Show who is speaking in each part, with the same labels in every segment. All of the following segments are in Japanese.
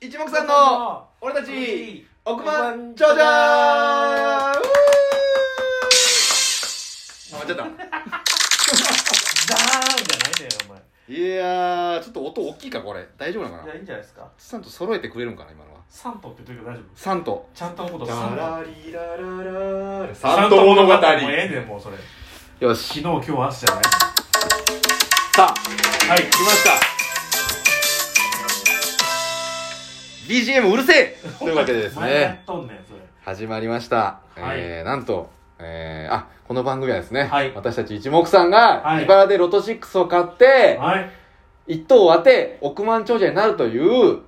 Speaker 1: 一目散の俺たち億万長者あ間違った
Speaker 2: ザーンじゃないんだよお前
Speaker 1: いやーちょっと音大きいかこれ大丈夫なのか
Speaker 2: い
Speaker 1: な
Speaker 2: やいいんじゃないですか
Speaker 1: ちゃんと揃えてくれるんかな今のは
Speaker 2: サントって言っといて大丈夫
Speaker 1: 3と
Speaker 2: ちゃんとのこと
Speaker 1: リラララ
Speaker 2: 三
Speaker 1: 三島物語
Speaker 2: もうええねんもうそれ
Speaker 1: よ
Speaker 2: 昨
Speaker 1: し
Speaker 2: 日今日明日じゃない
Speaker 1: さあ
Speaker 2: はい
Speaker 1: 来ました BGM うるせえというわけでです
Speaker 2: 前や
Speaker 1: ね
Speaker 2: っとんねんそれ
Speaker 1: 始まりました、
Speaker 2: はい
Speaker 1: えー、なんと、えー、あこの番組はですね、
Speaker 2: はい
Speaker 1: 私たち一目さんが
Speaker 2: はい
Speaker 1: 自腹でロト6を買って、
Speaker 2: はい
Speaker 1: 一等を当て億万長者になるという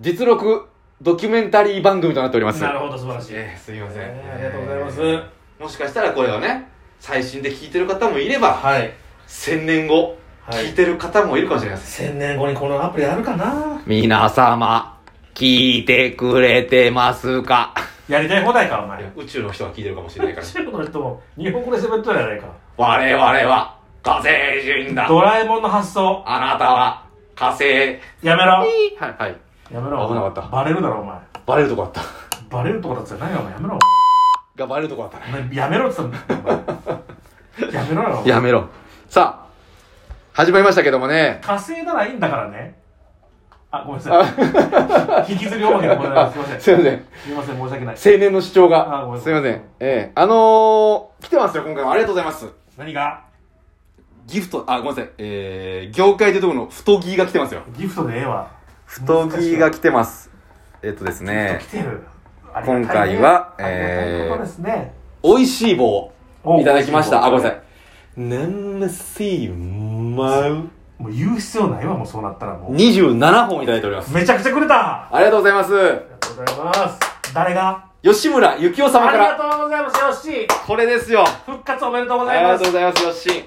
Speaker 1: 実録ドキュメンタリー番組となっております
Speaker 2: なるほど素晴らしい
Speaker 1: えーすいません、
Speaker 2: えーありがとうございます
Speaker 1: えーもしかしたらこれをね最新で聞いてる方もいれば
Speaker 2: はい
Speaker 1: 1000年後
Speaker 2: はい
Speaker 1: 聞いてる方もいるかもしれません、
Speaker 2: 千年後にこのアプリあるかな
Speaker 1: 皆様聞いてくれてますか
Speaker 2: やりたい放題かお
Speaker 1: いや
Speaker 2: 前
Speaker 1: 宇宙の人が聞いてるかもしれないから
Speaker 2: 中国の人も日本語で喋っとるやないか
Speaker 1: 我々は火星人だ
Speaker 2: ドラえもんの発想
Speaker 1: あなたは火星
Speaker 2: やめろ
Speaker 1: はいはい
Speaker 2: やめろ
Speaker 1: 危なかった
Speaker 2: バレるだろお前
Speaker 1: バレるとこあった
Speaker 2: バレるとこだったじゃないよお前やめろ
Speaker 1: がバレるとこあったね
Speaker 2: お前やめろって言ったんだよお前やめろよ
Speaker 1: やめろさあ始まりましたけどもね
Speaker 2: 火星ならいいんだからねあごめんなさい引きずりおまけでございますすいませんす
Speaker 1: すいません
Speaker 2: いません申し訳ない
Speaker 1: 青年の主張
Speaker 2: あご
Speaker 1: が
Speaker 2: めん
Speaker 1: すいませんええあのー、来てますよ今回もありがとうございます
Speaker 2: 何が
Speaker 1: ギフトあごめんなさいえー、業界でいうところの太着が来てますよ
Speaker 2: ギフトでええわ
Speaker 1: 太着が来てますえっとです
Speaker 2: え
Speaker 1: ね
Speaker 2: 来てるありがたいね
Speaker 1: 今回は
Speaker 2: ありがたいことですね
Speaker 1: 美味しい棒
Speaker 2: お
Speaker 1: いただきましたあごめんなさ
Speaker 2: い
Speaker 1: いナンシーマウ
Speaker 2: もう言う必要ないわもうそうなったらもう
Speaker 1: 27本いただいております
Speaker 2: めちゃくちゃくれたあ
Speaker 1: ありがとうございます。
Speaker 2: りがとうございます誰が
Speaker 1: 吉村幸雄様か
Speaker 2: ありが
Speaker 1: ら。
Speaker 2: とうございますよっしー
Speaker 1: これですよ。あ
Speaker 2: 復活おめでとうござい
Speaker 1: りが
Speaker 2: ま
Speaker 1: と
Speaker 2: す
Speaker 1: うございます、よっしん。よ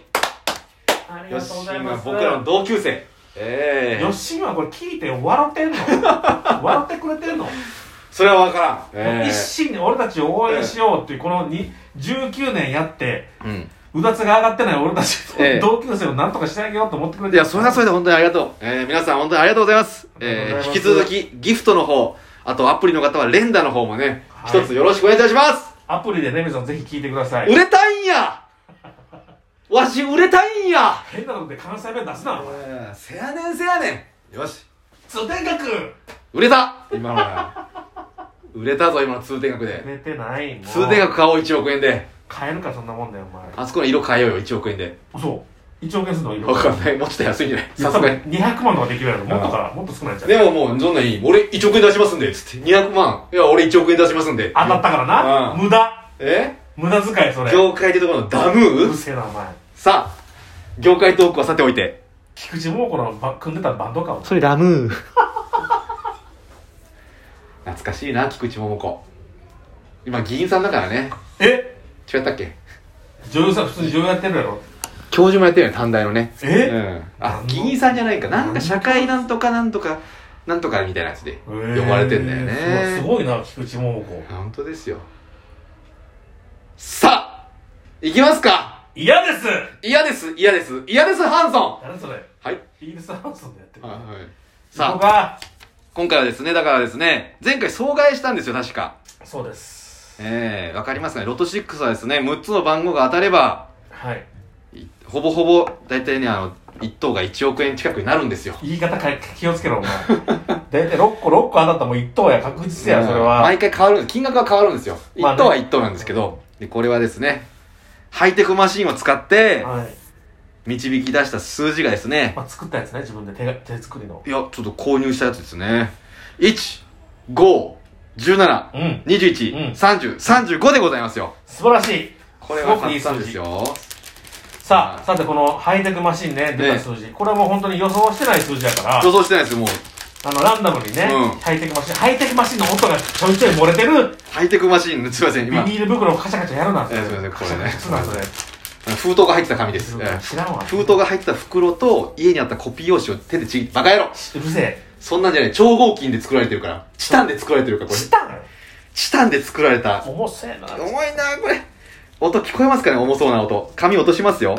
Speaker 2: あり
Speaker 1: っ
Speaker 2: が
Speaker 1: し
Speaker 2: とうご
Speaker 1: ん
Speaker 2: ざい
Speaker 1: は
Speaker 2: ます
Speaker 1: 僕らの同級生。ええ
Speaker 2: よっしーはこれ聞いて笑って んの笑ってくれてんの
Speaker 1: それはわからん。え
Speaker 2: 一心に俺たちを応援しようっていうこのに19年やって
Speaker 1: えうん。
Speaker 2: うだつが上がってない俺たちと
Speaker 1: ええ
Speaker 2: 同級生をなんとかしてあげようと思ってくれて
Speaker 1: いや、それはそれ
Speaker 2: れ
Speaker 1: で本当にありがとう。ええ皆さん本当にありがとうございます。
Speaker 2: あり
Speaker 1: え
Speaker 2: が
Speaker 1: え
Speaker 2: とう
Speaker 1: 引き
Speaker 2: ございます
Speaker 1: 続き、ギフトの方、あとアプリの方は連打の方もね、
Speaker 2: はい
Speaker 1: 一つよろしくお願いいたします。
Speaker 2: アプリでね皆さんぜひ聞いてください
Speaker 1: 売れたいんやわし売れたいんや
Speaker 2: 変なことで関西弁出すなお前
Speaker 1: ええせやねんせやねん。よし。
Speaker 2: 通天閣
Speaker 1: 売れた今のは。売れたぞ、今の通天閣で。
Speaker 2: 出てないもう
Speaker 1: 通天閣買おう1億円で
Speaker 2: 買えるかそんなもんだよお前
Speaker 1: あそこの色変えようよ1億円で
Speaker 2: そう1億円するの色
Speaker 1: わかんないもうちょっと安いんじゃない
Speaker 2: いや
Speaker 1: さすがに
Speaker 2: 多分200万とかできるやろもっとからもっと少ないんじゃん
Speaker 1: でももうそんなにいい俺1億円出しますんでつって200万いや俺1億円出しますんで
Speaker 2: 当たったからな、
Speaker 1: うん
Speaker 2: 無駄
Speaker 1: え
Speaker 2: 無駄遣いそれう
Speaker 1: 業界でいうところのダム
Speaker 2: る
Speaker 1: ー
Speaker 2: せえなお前
Speaker 1: さあ業界トークはさておいて
Speaker 2: 菊池桃子のば組んでたバンドかお前
Speaker 1: それラムー懐かしいな菊池桃子今議員さんだからね
Speaker 2: え
Speaker 1: 違ったっけ
Speaker 2: 女優さん普通に女優やってるやろ
Speaker 1: 教授もやってるよね短大のね
Speaker 2: え
Speaker 1: うん、あ
Speaker 2: なんの
Speaker 1: 議員さんじゃないかなんか社会なんとかなんとかなんとかみたいなやつで呼ばれてんだよね、
Speaker 2: えーすごいすごいな菊池桃子
Speaker 1: 本当ですよさあ行きますか
Speaker 2: 嫌です
Speaker 1: 嫌です嫌です嫌ですハンソン
Speaker 2: 誰それ
Speaker 1: はい、
Speaker 2: イールス・ハウソンでやってる
Speaker 1: はい、
Speaker 2: ここ
Speaker 1: さあ
Speaker 2: が
Speaker 1: 今回はですねだからですね前回総替えしたんですよ確か
Speaker 2: そうです
Speaker 1: ええわかりますかねロト6はですね6つの番号が当たれば
Speaker 2: はい
Speaker 1: いほぼほぼ大体ねあの1等が1億円近くになるんですよ
Speaker 2: 言い方変え気をつ けろお前大体6個6個当たったらもう1等や確実やそれは
Speaker 1: 毎回変わるんです金額は変わるんですよ、一
Speaker 2: まあね
Speaker 1: 等は1等なんですけどでこれはですねハイテクマシンを使って
Speaker 2: はい
Speaker 1: 導き出した数字がですね
Speaker 2: まあ作ったやつね自分で手が手作りの
Speaker 1: いやちょっと購入したやつですね1517
Speaker 2: うんうん
Speaker 1: 213035でございますよ
Speaker 2: 素晴らしい
Speaker 1: これは
Speaker 2: すごく
Speaker 1: 簡
Speaker 2: いい
Speaker 1: 単
Speaker 2: 数
Speaker 1: です
Speaker 2: 字
Speaker 1: よ
Speaker 2: さあさてこのハイテクマシンね出
Speaker 1: ね
Speaker 2: た数字これはもう本当に予想してない数字やから
Speaker 1: 予想してないですよもう
Speaker 2: あのランダムにね
Speaker 1: うん
Speaker 2: ハイテクマシンハイテクマシンの音がちょいちょい漏れてる
Speaker 1: ハイテクマシンすいません
Speaker 2: ビ
Speaker 1: 今
Speaker 2: ニール袋をカチャカチャやるな
Speaker 1: えーすいませんこれね
Speaker 2: カチャカチャすなそれ
Speaker 1: 封筒が入ってた紙です、えー
Speaker 2: 知らんわ
Speaker 1: 封筒が入ってた袋と家にあったコピー用紙を手でちぎってバカ野郎
Speaker 2: うるせえ
Speaker 1: そんなんじゃない超合金で作られてるからチタンで作られてるからこれ
Speaker 2: 知ったん
Speaker 1: チタンで作られた
Speaker 2: 重せえな
Speaker 1: 重いなこれ音聞こえますかね重そうな音紙落としますよ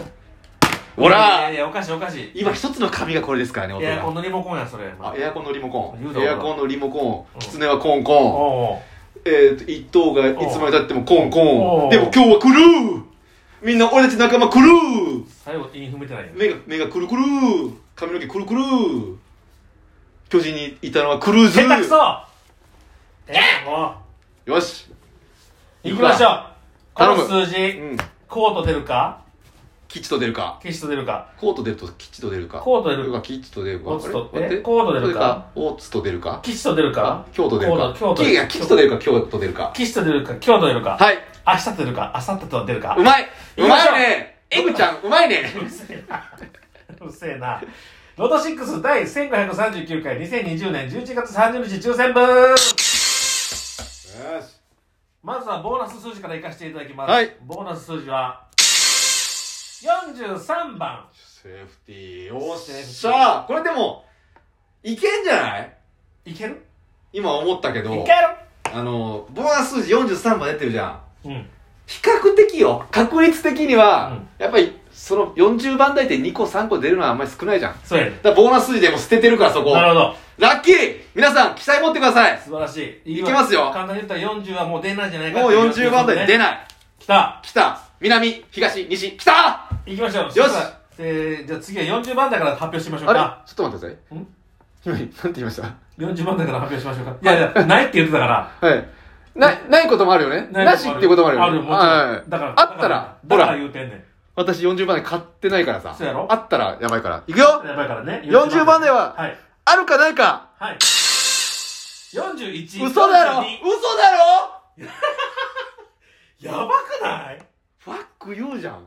Speaker 1: ほ
Speaker 2: いや
Speaker 1: ら
Speaker 2: いや、おかしいおかしい。
Speaker 1: 今一つの紙がこれですからね、音
Speaker 2: エアコン
Speaker 1: が。
Speaker 2: のリモコンや、それ。
Speaker 1: あ、エアコンのリモコ
Speaker 2: 言う
Speaker 1: ン。
Speaker 2: た
Speaker 1: エアコンのリモコ
Speaker 2: う
Speaker 1: ン。
Speaker 2: ん
Speaker 1: キツネはコンコン。
Speaker 2: おう
Speaker 1: えーと、一等がいつまでたってもコンコ
Speaker 2: お
Speaker 1: ン。
Speaker 2: う
Speaker 1: でも今日は来るみんな俺たち仲間来る
Speaker 2: 最後、イン踏めてないよ。
Speaker 1: 目が、目がくるくる髪の毛くるくる巨人にいたのはクルーズ
Speaker 2: 下手くそえも
Speaker 1: よし
Speaker 2: う行きましょうこ
Speaker 1: 頼
Speaker 2: の
Speaker 1: む
Speaker 2: 数
Speaker 1: う
Speaker 2: 字、
Speaker 1: ん。
Speaker 2: コート出るか
Speaker 1: 吉と出るか。
Speaker 2: 決して出るか
Speaker 1: コート出ると吉と出るか。
Speaker 2: コート出る
Speaker 1: か。吉と出るか。
Speaker 2: オツと
Speaker 1: あれ待っ
Speaker 2: え
Speaker 1: て
Speaker 2: コート出るか
Speaker 1: オーツと出るか。
Speaker 2: 吉と出るか
Speaker 1: 京都出るか。
Speaker 2: 京都
Speaker 1: きいや吉と出るか、京都出るか。
Speaker 2: 吉と出るか京都出るか
Speaker 1: はい。
Speaker 2: 明日出るか明後日と出るか
Speaker 1: うまい
Speaker 2: いうきましょう
Speaker 1: まいね
Speaker 2: え
Speaker 1: えぐちゃん、うまいね
Speaker 2: うるせえなうるせえなロト6第1539回2020年11月30日抽選分
Speaker 1: よし。
Speaker 2: まずはボーナス数字からいかせていただきます、
Speaker 1: はい
Speaker 2: ボーナス数字は43番
Speaker 1: セーフティー。よっしゃーこれでも、いけんじゃない
Speaker 2: いける
Speaker 1: 今思ったけ
Speaker 2: い
Speaker 1: ど
Speaker 2: け、
Speaker 1: あの、ボーナス数字43番出てるじゃん。
Speaker 2: るうん
Speaker 1: 比較的よ。確率的には、やっぱり、その40番台で2個3個出るのはあんまり少ないじゃん。だか
Speaker 2: そうやね
Speaker 1: らボーナス数字でも捨ててるからそこ。
Speaker 2: な
Speaker 1: ラ
Speaker 2: るほど
Speaker 1: ッキー皆さん、記載持ってください
Speaker 2: 素晴らしい。
Speaker 1: いけますよ
Speaker 2: 簡単に言ったら40はもう出ないんじゃないか
Speaker 1: もう40番台出
Speaker 2: い。
Speaker 1: ない。
Speaker 2: きた。
Speaker 1: 北、南、東、西、北
Speaker 2: いきましょう。よ
Speaker 1: し
Speaker 2: えー、じゃあ次は40番台から発表しましょう
Speaker 1: あれ
Speaker 2: か。
Speaker 1: ちょっと待ってください。今、なんて言いました
Speaker 2: ?40 番台から発表しましょうか。いやいや、ないって言ってたから。
Speaker 1: はい。な、ないこともあるよね。
Speaker 2: い
Speaker 1: なしっていうこともあるよね。
Speaker 2: あるもちろん。だ
Speaker 1: だ
Speaker 2: か。
Speaker 1: からら。あったら、
Speaker 2: だ
Speaker 1: ほ
Speaker 2: から
Speaker 1: ら、
Speaker 2: 言うてんねん。
Speaker 1: 私40番台買ってないからさ。
Speaker 2: そうやろ
Speaker 1: あったらやばいから。いくよ
Speaker 2: やばいからね。
Speaker 1: 40番台は
Speaker 2: はい。
Speaker 1: あるかないか
Speaker 2: はい。41。
Speaker 1: 嘘だろ
Speaker 2: 42
Speaker 1: 嘘だろ
Speaker 2: やばくない
Speaker 1: ファック言うじゃん。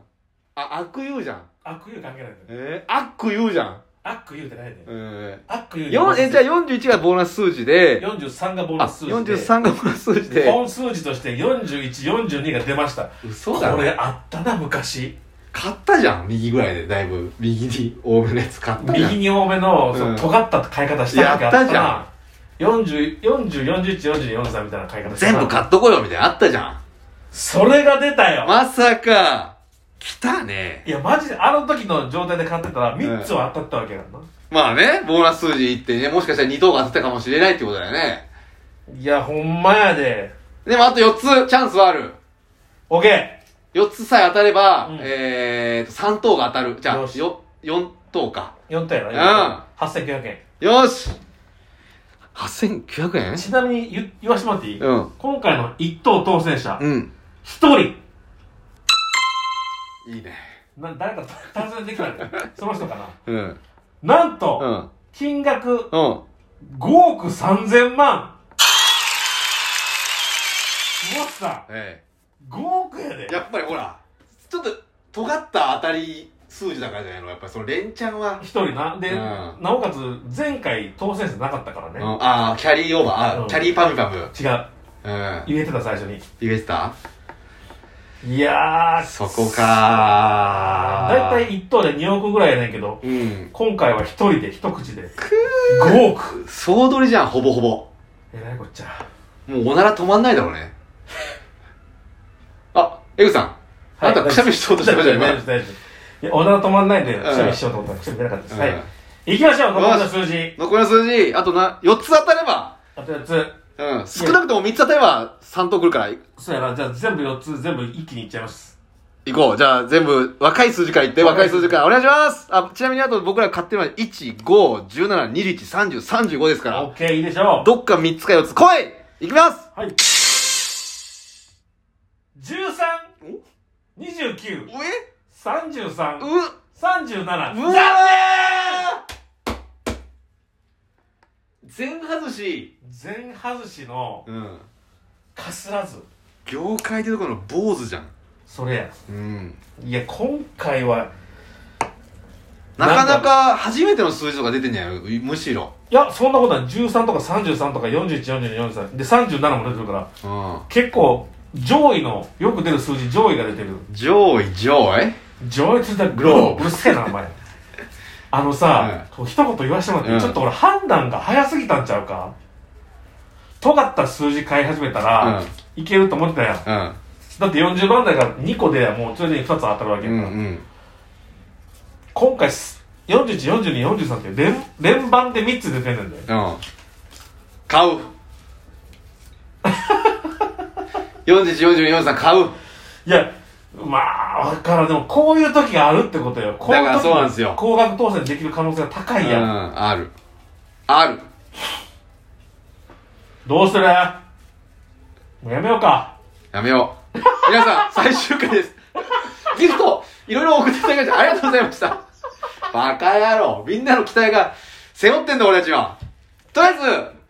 Speaker 1: あ、悪言うじゃん。
Speaker 2: 悪言う関係ないんだよ。
Speaker 1: えー、悪言うじゃん。
Speaker 2: 悪言うてないねん。
Speaker 1: え
Speaker 2: 悪言
Speaker 1: ー、
Speaker 2: う
Speaker 1: よんえじゃあ
Speaker 2: あ
Speaker 1: 41がボーナス数字で、
Speaker 2: 43がボー
Speaker 1: あ、
Speaker 2: ナス数字で。
Speaker 1: 43がボーナス数字で、
Speaker 2: 本数字として41、42が出ました。
Speaker 1: 嘘だ
Speaker 2: これ
Speaker 1: ろ
Speaker 2: あったな、昔。
Speaker 1: 買ったじゃん、右ぐらいで、だいぶ。右に多めのやつ買ったじゃ
Speaker 2: 右
Speaker 1: ん。
Speaker 2: に多めの、そ
Speaker 1: うん
Speaker 2: の尖った買い方した時あ
Speaker 1: や
Speaker 2: っ
Speaker 1: ったたじゃ。
Speaker 2: なん40、40、41、42、43みたいな買い方した
Speaker 1: 全部買っとこうよ、みたいなのあったじゃん。
Speaker 2: それが出たよ、
Speaker 1: まさか、来たね。
Speaker 2: いや、マジで、あの時の状態で買ってたら、3つは当たったわけやんな。
Speaker 1: まあね、ボーナス数字いってね、もしかしたら2等が当たったかもしれないってことだよね。
Speaker 2: いや、ほんまやで。
Speaker 1: でもあと4つチャンスはある。
Speaker 2: オッケ
Speaker 1: 4つさえ当たれば、
Speaker 2: うん
Speaker 1: えーと、3等が当たる。じゃあ、
Speaker 2: よし
Speaker 1: よ、4等か。
Speaker 2: ー !4 点や
Speaker 1: うん
Speaker 2: な。8900円。
Speaker 1: よし !8900 円
Speaker 2: ちなみに言言わしてもらっていい
Speaker 1: うん。
Speaker 2: 今回の1等当選者、
Speaker 1: うん。
Speaker 2: 1人。
Speaker 1: いいね。
Speaker 2: な誰か達成で きないのその人か
Speaker 1: うん。
Speaker 2: な。なんと、
Speaker 1: うん。
Speaker 2: 金額
Speaker 1: うん。
Speaker 2: 5億3000万もしさ
Speaker 1: え
Speaker 2: ん5億やで
Speaker 1: えやっぱりほら、ちょっと、尖った当たり数字だからじゃないのやっぱりその連チャンは。
Speaker 2: 一人なで、
Speaker 1: うん
Speaker 2: なおかつ前回当選者なかったから
Speaker 1: う
Speaker 2: ね、
Speaker 1: ん。ああ、キャリーオーバー。
Speaker 2: う
Speaker 1: あ
Speaker 2: ん
Speaker 1: キャリーパムパム。うん。
Speaker 2: 違う
Speaker 1: 言
Speaker 2: 言えてた最初に
Speaker 1: えてた
Speaker 2: いやー
Speaker 1: そこか
Speaker 2: だいたい1等で2億ぐらいやねんけど
Speaker 1: うん。
Speaker 2: 今回は一人で一口で5億
Speaker 1: 総取りじゃん、ほぼほぼ。
Speaker 2: えらいこっちゃ
Speaker 1: もうおなら止まんないだろうね。あ、エグさん。あなたくしゃみしようとしてましたよ
Speaker 2: 大丈夫大丈夫いやおなら止まんないんでくしゃみしようと思ったらくしゃみ出なかったです、はい行きましょう残りの数字
Speaker 1: 残りの数字、あとな、4つ当たれば、
Speaker 2: あと4つ
Speaker 1: うん、少なくとも3つ当たれば3等来るから、い
Speaker 2: そうやな、じゃあ全部4つ全部一気にいっちゃいます。
Speaker 1: 行こう。じゃあ全部、若い数字からいって、若い数字からお願いしますあ、ちなみにあと僕ら買ってるのは、1、5、17、21、30、35ですか
Speaker 2: オ
Speaker 1: ら、
Speaker 2: ッケー、いいでしょう。
Speaker 1: どっか3つか4つ、来い行きます
Speaker 2: はい。13、29、
Speaker 1: うえ
Speaker 2: 33、
Speaker 1: う
Speaker 2: 37。
Speaker 1: う
Speaker 2: 残
Speaker 1: わ
Speaker 2: 念
Speaker 1: 全外し。
Speaker 2: 全外しの、
Speaker 1: うん。
Speaker 2: かすらず。
Speaker 1: 業界でいうとこの坊主じゃん。
Speaker 2: それや。
Speaker 1: うん。
Speaker 2: いや、今回は、
Speaker 1: なかなか初めての数字とか出てんじゃん。むしろ。
Speaker 2: いや、そんなことない。13とか33とか41、42、43。で、37も出てるから、
Speaker 1: うん。
Speaker 2: 結構、上位の、よく出る数字、上位が出てる。
Speaker 1: 上位、上位
Speaker 2: 上位ついたグ
Speaker 1: ロー
Speaker 2: ロー。うるせえな、お前。あのさ、こう一言言わせてもらって、
Speaker 1: うん
Speaker 2: ちょっと俺判断が早すぎたんちゃうか尖った数字買い始めたら、いけると思ってたやん。
Speaker 1: うん。
Speaker 2: だって40番台が2個でもう常に2つ当たるわけ
Speaker 1: う
Speaker 2: やから、
Speaker 1: んうん。
Speaker 2: 今回す41、42、43って連連番で3つ出てるんだよ。
Speaker 1: うん買う 414243買う
Speaker 2: いや、まあ、わからん。でも、こういう時があるってことよ。こい時
Speaker 1: だからそうなんですよ
Speaker 2: 高額当選できる可能性が高
Speaker 1: う
Speaker 2: いやん。
Speaker 1: んあるある
Speaker 2: どうするもうやめようか。
Speaker 1: やめよう皆さん 最終回ですギフトいろいろ送っていただきましてありがとうございましたバカ野郎みんなの期待が背負ってんだ俺たちはとりあえず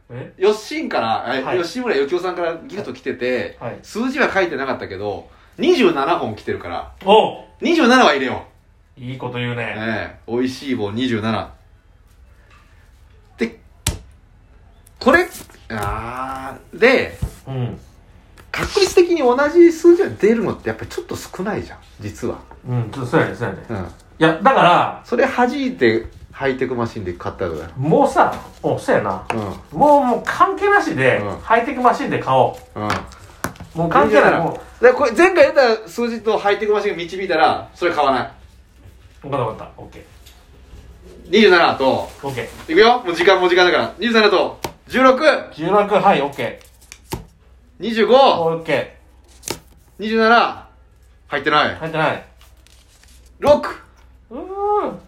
Speaker 2: え
Speaker 1: ヨッシンから、え
Speaker 2: はい
Speaker 1: 吉村よきおさんからギフト来てて、
Speaker 2: はい
Speaker 1: 数字は書いてなかったけど27本来てるから
Speaker 2: おう
Speaker 1: 27は入れよう
Speaker 2: いいこと言うね。
Speaker 1: ええ美味しい棒27でこれあーで
Speaker 2: うん。
Speaker 1: 確率的に同じ数字が出るのってやっぱりちょっと少ないじゃん実は
Speaker 2: うん、ちょそうやね、そうやね。
Speaker 1: うん
Speaker 2: いや、だから、
Speaker 1: それ弾いてハイテクマシンで買ったらどうだよ
Speaker 2: もうさ、お、そうやな。
Speaker 1: うん
Speaker 2: もう、もう関係なしで、
Speaker 1: うん
Speaker 2: ハイテクマシンで買お
Speaker 1: うん
Speaker 2: う。もう関係ない。
Speaker 1: 27
Speaker 2: もう、
Speaker 1: でこれ前回出た数字とハイテクマシンが導いたらそれ買わない
Speaker 2: 分かった分かった。オッケ
Speaker 1: 27と
Speaker 2: ー。オッケ
Speaker 1: いくよもう時間も時間だから27と
Speaker 2: ー。16、はい、オッケー。
Speaker 1: 162527
Speaker 2: オッケ
Speaker 1: 入ってない
Speaker 2: ー。入ってない。
Speaker 1: 6
Speaker 2: うーん。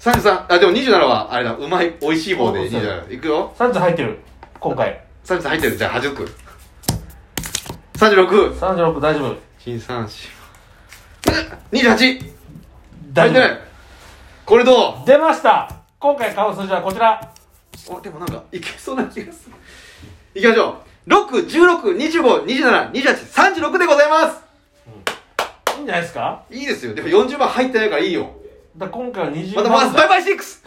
Speaker 1: 33あでも27はあれだうまい美味しい棒で
Speaker 2: そうそう
Speaker 1: 27いくよ
Speaker 2: 30入ってる。今回。
Speaker 1: 33入ってるじゃあ8く36
Speaker 2: 36、大丈夫。
Speaker 1: 新三四28
Speaker 2: 大
Speaker 1: 入って
Speaker 2: 丈
Speaker 1: ないこれど
Speaker 2: 夫。出ました今回買う数字はこちら。
Speaker 1: うおでもなんかいけそうな気がするいきましょう61625272836でございま
Speaker 2: いいんじゃないですか
Speaker 1: すいいですよでも40番入ってないからいいよ
Speaker 2: だから今回は20
Speaker 1: また
Speaker 2: 万
Speaker 1: まず
Speaker 2: 台
Speaker 1: バイバイ 6!